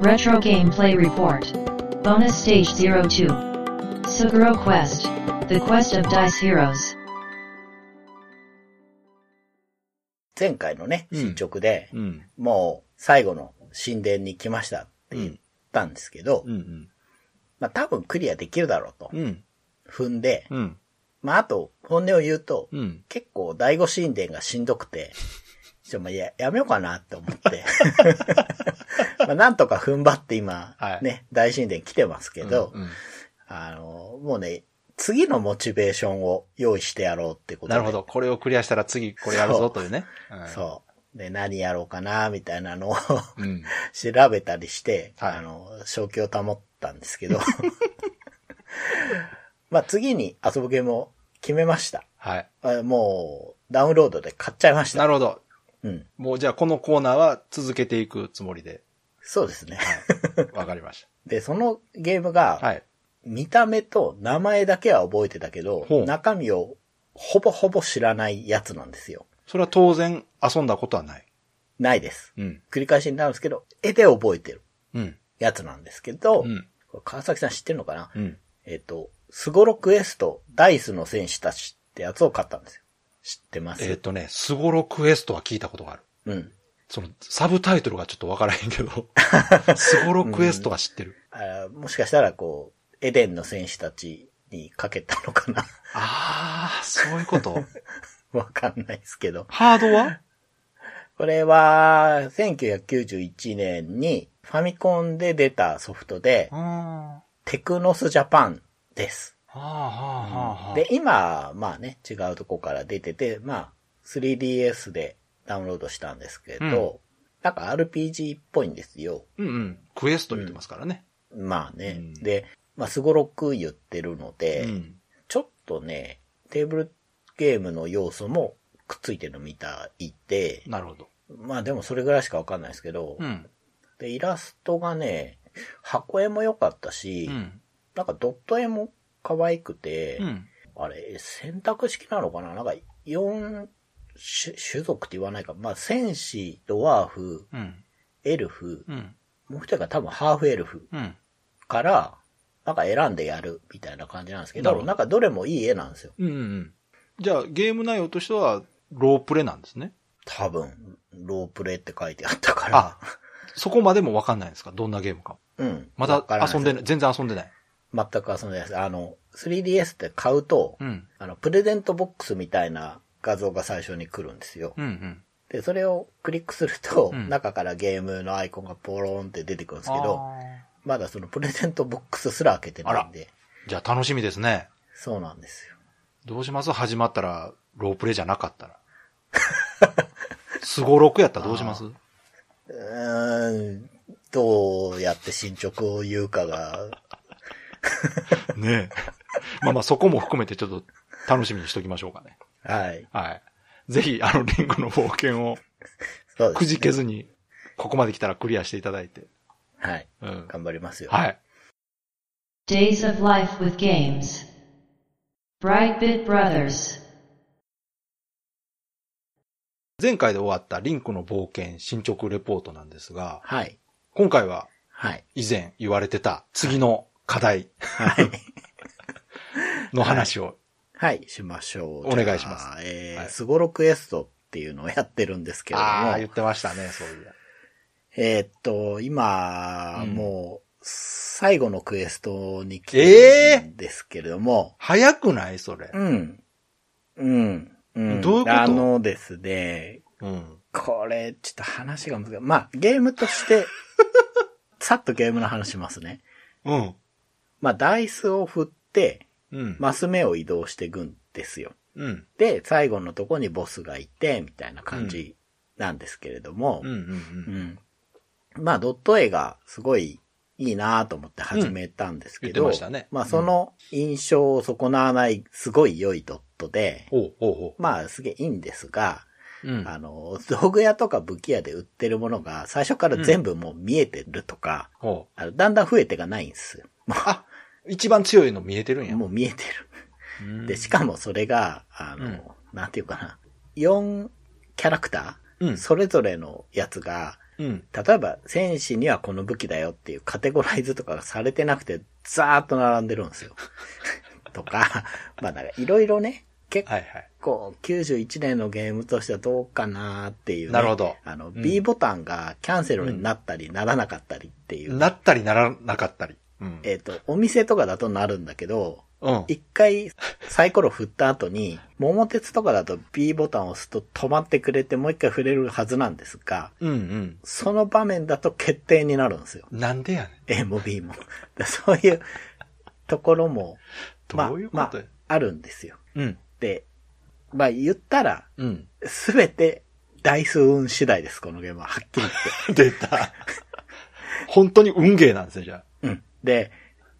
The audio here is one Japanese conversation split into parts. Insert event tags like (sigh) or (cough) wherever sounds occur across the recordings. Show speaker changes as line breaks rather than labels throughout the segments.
Retro Gameplay Report. Bonus Stage 02. Suguro Quest. The Quest of Dice Heroes.
前回のね、
う
進
ん
捗で、
うん。
もう最後の神殿に来ましたって言ったんですけど、
うん
まあ多分クリアできるだろうと
うん。うん。
踏んで、
うん。
まああと本音を言うと、
うん。
結構第五神殿がしんどく
(laughs)
て、ちょ、まあや、やめようかなって思って。まあなんとか踏ん張って今、
はい
ね、大神殿来てますけど、
うんうん
あの、もうね、次のモチベーションを用意してやろうってことで
なるほ。ど。これをクリアしたら次これやるぞというね。う
そう。で、何やろうかな、みたいなのを
ん。うん。
調べたりして、
はい
あの、正気を保ったんですけど。 (laughs) まあ次に遊ぶゲームを決めました。
はい。
あもう、ダウンロードで買っちゃいました。
なるほど。
うん。
もうじゃあこのコーナーは続けていくつもりで。
そうですね。
はい。わかりまし
で、そのゲーム
た。 (laughs)
が、
はい。
見た目と名前だけは覚えてたけど、
ほう
中身をほぼほぼ知らないやつなんですよ。
それは当然遊んだことはない。
ないです。
うん。
繰り返しになるんですけど、絵で覚えてる
うん。
やつなんですけど、
うん。
これ川崎さん知ってるのかな、
うん。
えっ、と、スゴロクエスト、ダイスの戦士たちってやつを買ったんですよ。知ってます、
えっ、とね、スゴロクエストは聞いたことがある。
うん。
その、サブタイトルがちょっとわからへんけ (laughs) ど、スゴロクエストは知ってる。
あーもしかしたら、こう、エデンの戦士たちにかけたのかな (laughs)
ああ、そういうこと。
わかんないですけど。
ハードは
これは、1991年にファミコンで出たソフトで、
あ
テクノスジャパンです。
あ、はあ、はあ、はあ。
で、今、まあね、違うとこから出てて、まあ、3DS でダウンロードしたんですけど、なんか RPG っぽいんですよ。
うんうん。クエスト言ってますからね。
まあね。
うん
で、まあ、すごろく言ってるの
う
で、
ん。
ちょっとね、テーブルゲームの要素もくっついてるみたいで、
なるほど。
まあでもそれぐらいしかわかんないですけど、
うん。
で、イラストがね、箱絵も良かったし、
うん。
なんかドット絵も可愛くて、
うん。
あれ、選択式なのかななんか、四種、種族って言わないか。まあ、戦士、ドワーフ、
うん。
エルフ、
うん。
もう一人が多分ハーフエルフ
うん。
から、なんか選んでやるみたいな感じなんですけ
な
ど、
るほど
なんかどれもいい絵なんですよ。
うんうん。じゃあ、ゲーム内容としては、ロープレなんですね。
多分、ロープレイって書いてあったから。
あ、そこまでもわかんないんですかどんなゲームか。
うん。
ま
わ
だ
から
遊んで
な
ないい。全然遊んでない。
す。全く遊んでないです。あの、3DS って買うと、
うん。
あの、プレゼントボックスみたいな画像が最初に来るんですよ。
うんうん。
で、それをクリックすると、
うん
中からゲームのアイコンがポローンって出てくるんですけど、
あー
まだそのプレゼントボックスすら開けてないんで、
じゃあ、楽しみですね。
そうなんですよ。
どうします始まったら、ロープレじゃなかったら。スゴロクやったらどうします
うーん、どうやって進捗を言うかが、
ねえ。まあまあ、そこも含めてちょっと楽しみにしときましょうかね。
はい。
はい。ぜひ、あの、リングの冒険を
そうです、ね。
くじけずに、ここまで来たらクリアしていただいて。
はい。
うん。
頑張りますよ。
はい。
Days of Life with Games. Brightbit Brothers.
前回で終わったリンクの冒険進捗レポートなんですが、
はい。
今回は
はい。
以前言われてた次の課題
はい。
(laughs) の話を。
はい、しましょう。
お願いします
じゃあえ
は
ー、
い
スゴロクエストっていうのをやってるんですけれども、
ああ、言ってましたね、そういう。
えーっと、今、
うん
もう、最後のクエストに来
え
て
え
るんですけれども、
早くないそれ。
うん。うん。うん。
どういうこと
あのですね、
うん。
これ、ちょっと話が難しい。まあ、ゲームと
(laughs)
して、さっとゲームの話しますね。
うん。
まあ、ダイスを振って、
うん。
マス目を移動していくんですよ。
うん。
で、最後のとこにボスがいて、みたいな感じなんですけれども、
うん。うん。う。
うんん。まあ、ドット絵がすごいいいなと思って始めたんですけど、
うん言ってましたね
あ、その印象を損なわない、すごい良いドットで、
ほうほうほ
まあ、すげえいいんですが、
う。うん。
あの、道具屋とか武器屋で売ってるものが、最初から全部もう見えてるとか、
ほう。
あのだんだん増えてがないんですよ。も
あ、一番強いの見えてるん
う
や。
もう見えて
うん
る。で、しかもそれが、あの、
うん
なんていうかな、4キャラクター、
うん
それぞれのやつが、
うん。
例えば、戦士にはこの武器だよっていうカテゴライズとかがされてなくて、ザーっと並んでるんです
(laughs)
よ。とか、まあなんかいろいろね、結
はいはい。
構91年のゲームとしてはどうかなっていうね、
なるほど
あの、
ん
B ボタンがキャンセルになったりならなかったりっていう。
なったりならなかったり。うん。
えっ、と、お店とかだとなるんだけど、
うん。
一回サイコロ振った後に、桃鉄とかだと B ボタンを押すと止まってくれてもう一回振れるはずなんですが、
うん
その場面だと決定になるんですよ。
うん。なんでやねん。
A も (laughs) B も。だそういうところも、まあ
どういうことや
まあ、あるんですよ。
うん。
で、まあ言ったら、
うん。
すべてダイス運次第です、このゲームは。はっきり言
(laughs)
って。
(laughs) 出た。本当に運ゲーなんですね、じゃ
うん。で、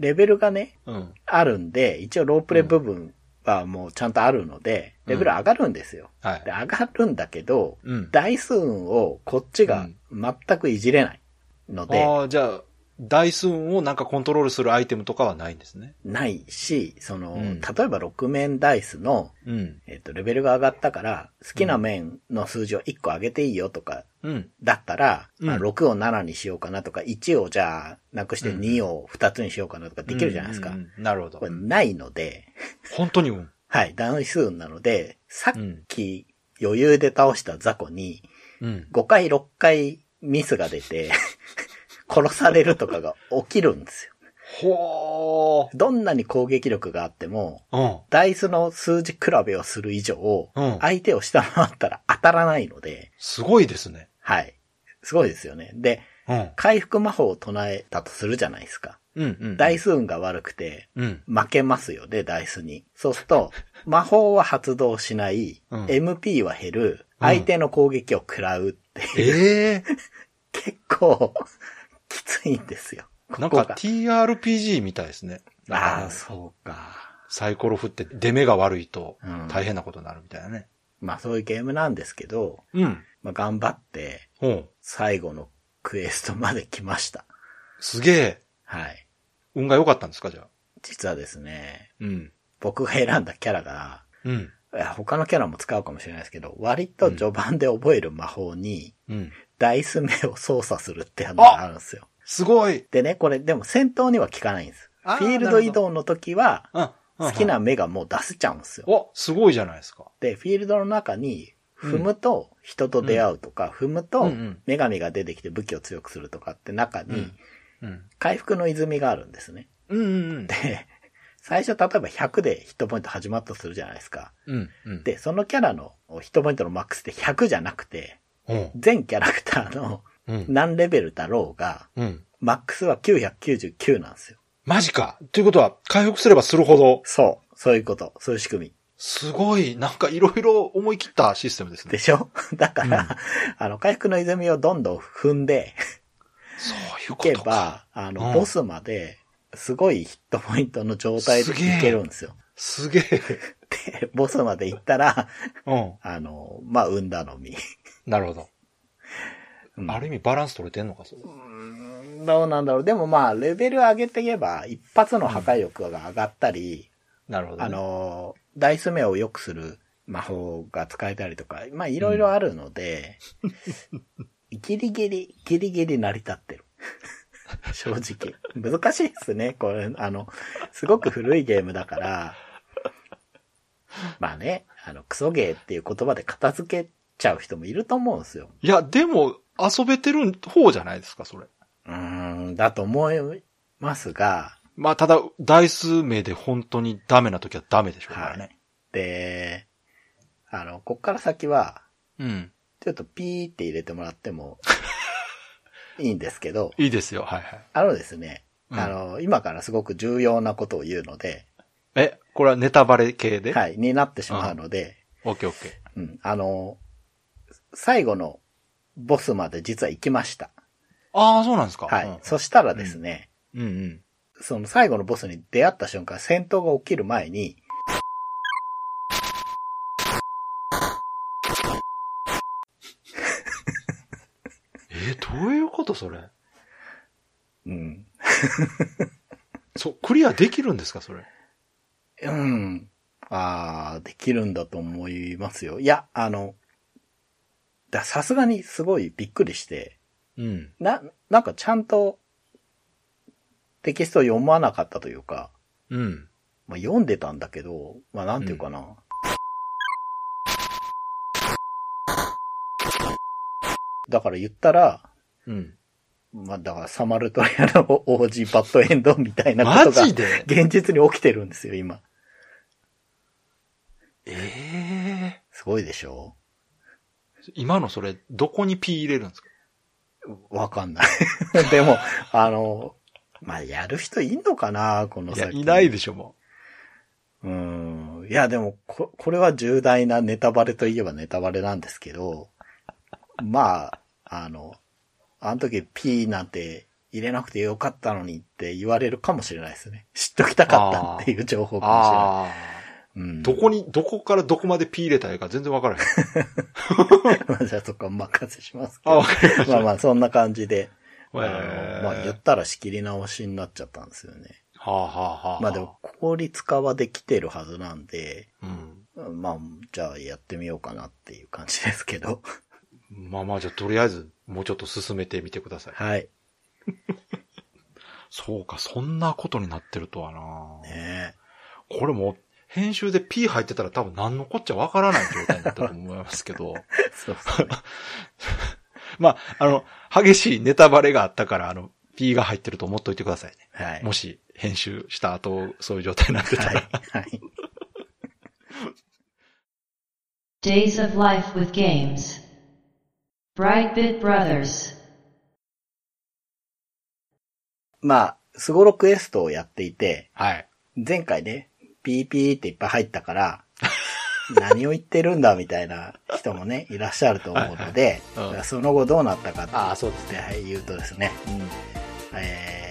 レベルがね、
あ。うん。
あるんで、一応ロープレイ部分はもうちゃんとあるので、
うん
レベル上がるんですよ。
は
で、
い。
上がるんだけど、
うん。
ダイス運をこっちが全くいじれないので、
ああ、じゃあ、ダイス運をなんかコントロールするアイテムとかはないんですね。
ないし、その、
うん
例えば6面ダイスの、
うん。
えっ、と、レベルが上がったから、好きな面の数字を1個上げていいよとか、
うん。
だったら、
うん
まあ、6を7にしようかなとか、1をじゃあ、なくして
うん
2を2つにしようかなとかできるじゃないですか。
うんうんうんなるほど
これ。ないので、
本当に運。
はい、ダウン数なので、さっ
うん
き余裕で倒した雑魚に、
うん。
5回6回ミスが出て、 (laughs) 殺されるとかが起きるんですよ。
ほ
どんなに攻撃力があっても、
ー。
ダイスの数字比べをする以上、
うん
相手を下回ったら当たらないので、
すごいですね。
はい。すごいですよね。で、
うん。
回復魔法を唱えたとするじゃないですか。
うんうん。
ダイス運が悪くて、
うん。
負けますよね、ダイスに。そうすると、魔法は発動しない、
うん
MP は減る、相手の攻撃を食らうって、
ええ (laughs)
結構、きついんですよ。ここ
(laughs) なん
が
か TRPG みたいですね。なんか
あ
ね
あ、そうか。
サイコロ振って出目が悪いと
うん
大変なことになるみたいなね。
まあそういうゲームなんですけど、
うん。
まあ頑張って、
ほう
最後のクエストまで来ました。
すげえ。
はい。
運が良かったんですか、じゃあ。
実はですね、
うん。
僕が選んだキャラが、
うん。
いや他のキャラも使うかもしれないですけど、割と序盤で覚える魔法に、
うん。
ダイス目を操作するっていうのがあるんですよ。
すごい。
でね、これでも戦闘には効かないんです。フ
あー
ィールド移動の時は、
うん。
好きな目がもう出せちゃうんですよ。
お、すごいじゃないですか。
で、フィールドの中に、踏むと人と出会うとか、踏む
うん
と
うん
女神が出てきて武器を強くするとかって中に、
うん。
回復の泉があるんですね。
うんうん
で、最初例えば100でヒットポイント始まったとするじゃないですか。
うん。うん。
で、そのキャラのヒットポイントのマックスって100じゃなくて、
うん、
全キャラクターの
うん。
何レベルだろうが、
うん。
マックスは999なんですよ。
マジか。ということは、回復すればするほど、
そう。そういうこと。そういう仕組
すごい、なんかいろいろ思い切ったシステムです
み。
ね
で。しょ (laughs) だから、あの、回復の泉をどんどん踏んで、
そういう
い
こ
け
とか。
ば、あ
う
の、
ん
ボスまで、すごいヒットポイントの状態ですい
げえ
けるんですよ。 (laughs)
すげえ。
で、ボスまで行ったら、
うん。
あの、まあ、運だのみ。
なるほど。
うん
ある意味バランス取れてんのか、それ。
どうなんだろう。でもまあ、レベル上げていけば、一発の破壊力が上がったり、
なるほど、ね。
あ、の、ダイス目を良くする魔法が使えたりとか、まあ、いろいろあるの
(laughs)
で、ギリギリ、ギリギリ成り立って
(laughs)
る。正直。難しいですね。これ、あの、すごく古いゲームだから、まあね、あの、クソゲーっていう言葉で片付けちゃう人もいると思うんですよ。
いや、でも、遊べてる方じゃないですか、それ。
うーん、だと思いますが、
まあ、ただ、ダイス名で本当にダメな時はダメでしょうからね。
で、あの、こっから先は、
うん。
ちょっとピーって入れてもらって
(laughs)
もいいんですけど、
いいですよ、はいはい。
あのですね、
うん
あの、今からすごく重要なことを言うので、
え、これはネタバレ系でい。
はい、になってしまうので、
オッケーオッケー。
うん、あの、最後のボスまで実は行きました。
ああ、そうなんですか。
はい。そしたらですね、
うん。うんうん。
その最後のボスに出会った瞬間、戦闘が起きる前に、
えーどういうことそれ。
うん、
そう、クリアできるんですかそれ。
うん。ああ、できるんだと思いますよ。いや、あの、ださすがにすごいびっくりして、
うん。
な、なんかちゃんとテキストを読まなかったというか、
うん。
まあ、読んでたんだけど、まあ、なんていうかな。だから言ったら、
うん。
まあ、だからサマルトリアの OG バッドエンドみたいなこ
マ
とが、(laughs)
ジで
現実に起きてるんですよ、今。
ええ
すごいでしょ
今のそれ、どこに P 入れるんですか
わかんない。 (laughs) でも、あの、まあ、やる人いんのかなこの
いや、
先。
いないでしょ、も
うん。いや、でも、こ、これは重大なネタバレといえばネタバレなんですけど、まあ、あの、あの時 P なんて入れなくてよかったのにって言われるかもしれないですね。知っときたかったっていう情報
う。
かもしれない。
ああ。
うん、
どこに、どこからどこまで P 入れたらいいか全然わからへん。
(laughs) まあじゃあそこはお任せしますけ
あ、
ど
わ。かりまし
まあまあ、そんな感じで。
た。
あのまあ言
は
ったら仕切り直しになっちゃったんですよね。
あはあはあ。
まあでも効率化はできてるはずなんで、
うん。
まあじゃあやってみようかなっていう感じですけど。
まあまあ、じゃあとりあえず、もうちょっと進めてみてください。
はい。
そうか、そんなことになってるとはな、 (laughs)
ね
これもう、編集で P 入ってたら多分何のこっちゃわからない状態になったと思いますけど。 (laughs)
え。そうそう、ね。
まあ、あの、激しいネタバレがあったから、あの、P が入ってると思っといてくださいね。
はい。
もし、編集した後、そういう状態になってた
はい
ら。。
はい。
Days of Life with Games. Brightbit Brothers.
まあ、スゴロクエストをやっていて、
はい。
前回ね、ピーピーっていっぱい入ったから、
(laughs)
何を言ってるんだみたいな人もね、いらっしゃると思うので、
はいはいうん
じゃあその後どうなったかって
ああそうですね
はい言うとですね、
うん。
えー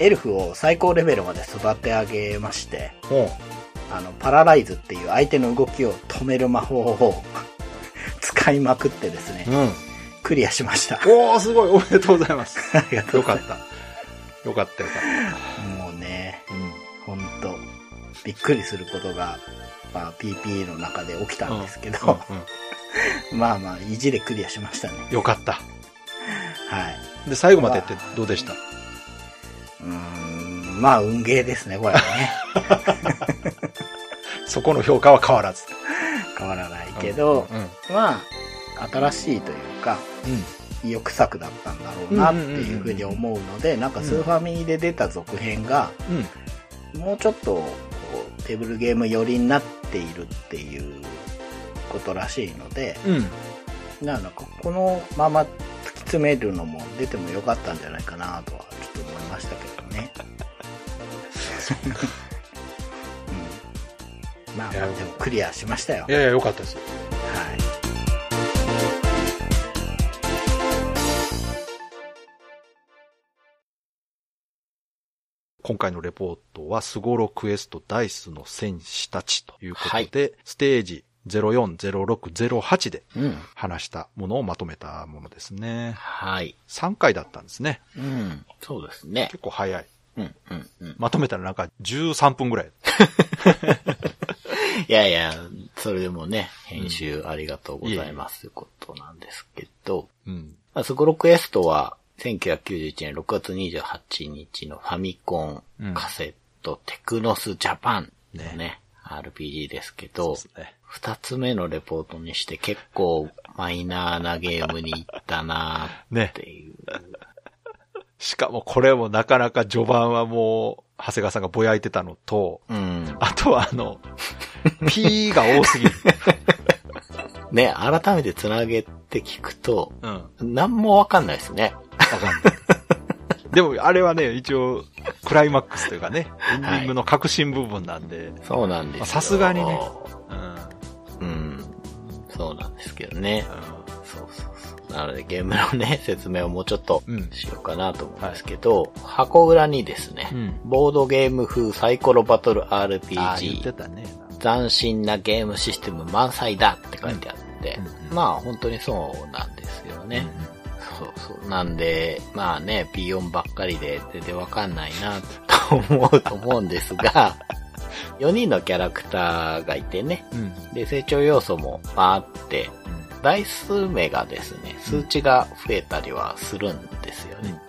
エルフを最高レベルまで育て上げまして、
も
あの、パラライズっていう相手の動きを止める魔法を (laughs) 使いまくってですね
う。、うん。
クリアしました。
おー、すごい。おめでとうございます。
ありがとう
よ
ござ
か
い
っ
ま
た。よかったよか
(laughs)
っ
す。もうね、
た。うん。
ほんと、びっくりすることが、まあ、PP の中で起きたんですけど、(laughs)
うん
まあまあ、意地でクリアしましたね。
うん、よかった。
はい。
で、最後までやってどうでした
うーん、まあ、運ゲーですね、これはね。
そこの評価は変わらず。
変わらないけど、
うん。うん。
まあ、新しいというか、意欲作だったんだろうなっていうふうに思うので、なんかスーファミで出た続編が、
うん。
もうちょっとこうテーブルゲーム寄りになっているっていうことらしいので、
うん。
なんかこのまま突き詰めるのも出てもよかったんじゃないかなとはちょっと思いましたけどね。うんまあまあでもクリアしましたよ。
い
はい。
やいや、よかったですよ。今回のレポートは、スゴロクエストダイスの戦士たちということで、ステージ040608で
うん。
話したものをまとめたものですね。
はい。
3回だったんですね。
うん。そうですね
結。構早い。
うん、うん、うん。
まとめたらなんか13分ぐらい。
いやいや、それでもね、編集ありがとうございますということなんですけど、
うん。
まあ、スゴロクエストは、1991年6月28日のファミコ
うん
ンカセットテクノスジャパンのね、
ね
RPG ですけど、
そうですね。
二つ目のレポートにして結構マイナーなゲームに行ったなー
(laughs) ね
っていう。
しかもこれもなかなか序盤はもう、長谷川さんがぼやいてたのと、
うん。
あとはあ (laughs) の、P が多すぎる。
ね、改めて繋げて聞くと、
うん。わ
なんもわかんないですね。
かんない。でもあれはね、一応、クライマックスというかね、エンディングの核心部分なんで、
そうなんですよ。
さすがにねうん。
うん。そうなんですけどね。
うん
そうそうそう。なのでゲームのね、説明をもうちょっと
うん
しようかなと思うんですけど、箱裏にですね、
うん
ボードゲーム風サイコロバトル
ああ、言って
RPG、
たね。
斬新なゲームシステム満載だって書いてあって、
うん
まあ本当にそうなんですよね。そうそう。なんで、まあね、P4 ばっかりで全然わかんないな、と思うと思うんですが、4人のキャラクターがいてね、
うん。うん。
で、成長要素もまああって、ダイス名がですね、数値が増えたりはするんですよね。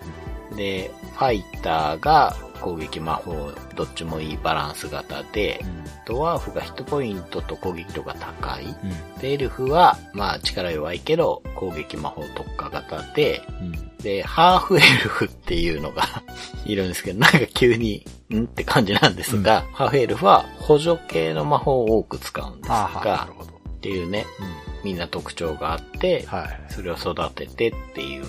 で、ファイターが攻撃魔法、どっちもいいバランス型で、ドワーフがヒットポイントと攻撃度が高い。
うん。
で、エルフは、まあ力弱いけど、攻撃魔法特化型で、
うん。
で、ハーフエルフっていうのが (laughs) いるんですけど、なんか急に、んって感じなんですが、ハーフエルフは補助系の魔法を多く使うんです
ああ、な
が
る、ほど。
っていうね、
うん。
みんな特徴があって、
はい。
それを育ててっていう。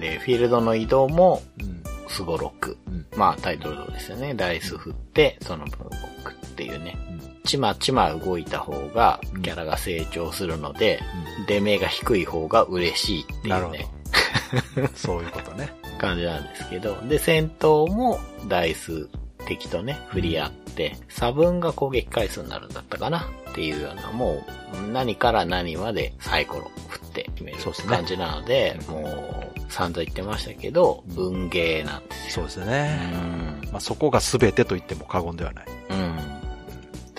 で、フィールドの移動も、
うん。
すごろく。
うん。
まあ、タイトル通りですよね。ダイス振って、その分動くっていうね。
うん。
ちまちま動いた方が
うん、
キャラが成長するので、
う
出目が低い方が嬉しいって
ん。
い
なる
う
ほ
ね、
ど。 (laughs) そういうことね。
感じなんですけど。で、戦闘も、ダイス、敵とね、振り合って、差分が攻撃回数になるんだったかなっていうような、もう、何から何までサイコロ振って決める
そうですね
感じなので、
うん
もう、散々言ってましたけど、
うん
文芸なんです
そうです
う
ね。
ん。
まあ、そこが全てと言っても過言ではない。
うん。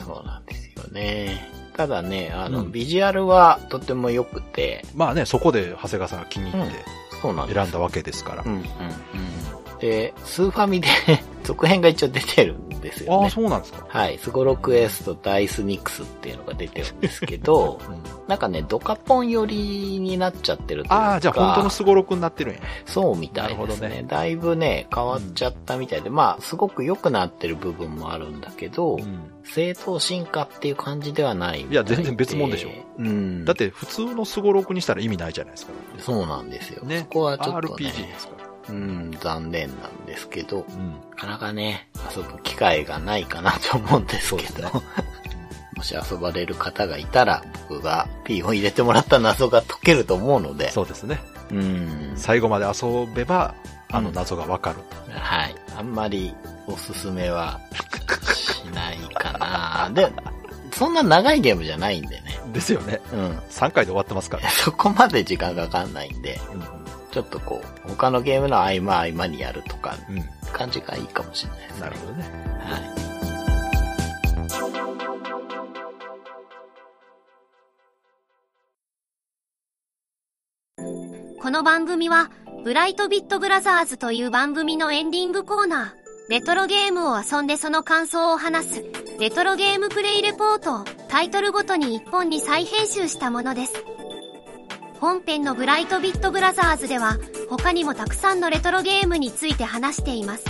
そうなんですよね。ただね、あの、
うん
ビジュアルはとても良くて、
まあね、そこで長谷川さんが気に入って
そうなんです
選んだわけですから。
うんうんうん。で、スーファミで (laughs) 続編が一応出てるんですよ
あ
ね。
あ、そうなんですか。、
はい。スゴロクエストダイスニクスっていうのが出てるんですけど
(laughs) うん、
なんかね、ドカポン寄りになっちゃってるというか。
ああ、じゃあ本当のスゴロクになってるんや。
そうみたい
なる
で
ほ
す
ど
ね
ね
だいぶね、変わっちゃったみたいで、まあ、すごく良くなってる部分もあるんだけど、
うん
正当進化っていう感じではないみた
いや全然別物でしょ
うん。
だっ、て普通のスゴロクにしたら意味ないじゃないですか。
そうなんですよ。
ね
そこはちょっと、ね、
RPG ですから。
うん、残念なんですけど、
うん。
なかなかね、遊ぶ機会がないかなと思うんですけど、 (laughs) もし遊ばれる方がいたら、僕が P を入れてもらった謎が解けると思うので、
そうですね。
うん。
最後まで遊べば、あの謎がわかると。
はい。あんまりおすすめはしないかなで、そんな長いゲームじゃないんでね。
ですよね。
うん。 (laughs)
3回で終わってますから。
そこまで時間がかかんないんで、
う
ちょっとこう、他のゲームの合間合間にやるとか、
ん。うん。
感じがいいかもしれないですね。
なるほどね。
はい。
この番組は、ブライトビットブラザーズという番組のエンディングコーナー、レトロゲームを遊んでその感想を話す、レトロゲームプレイレポートをタイトルごとに1本に再編集したものです。本編のブライトビットブラザーズでは、他にもたくさんのレトロゲームについて話しています。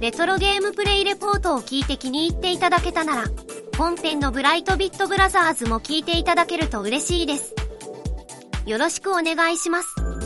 レトロゲームプレイレポートを聞いて気に入っていただけたなら、本編のブライトビットブラザーズも聞いていただけると嬉しいです。よろしくお願いします。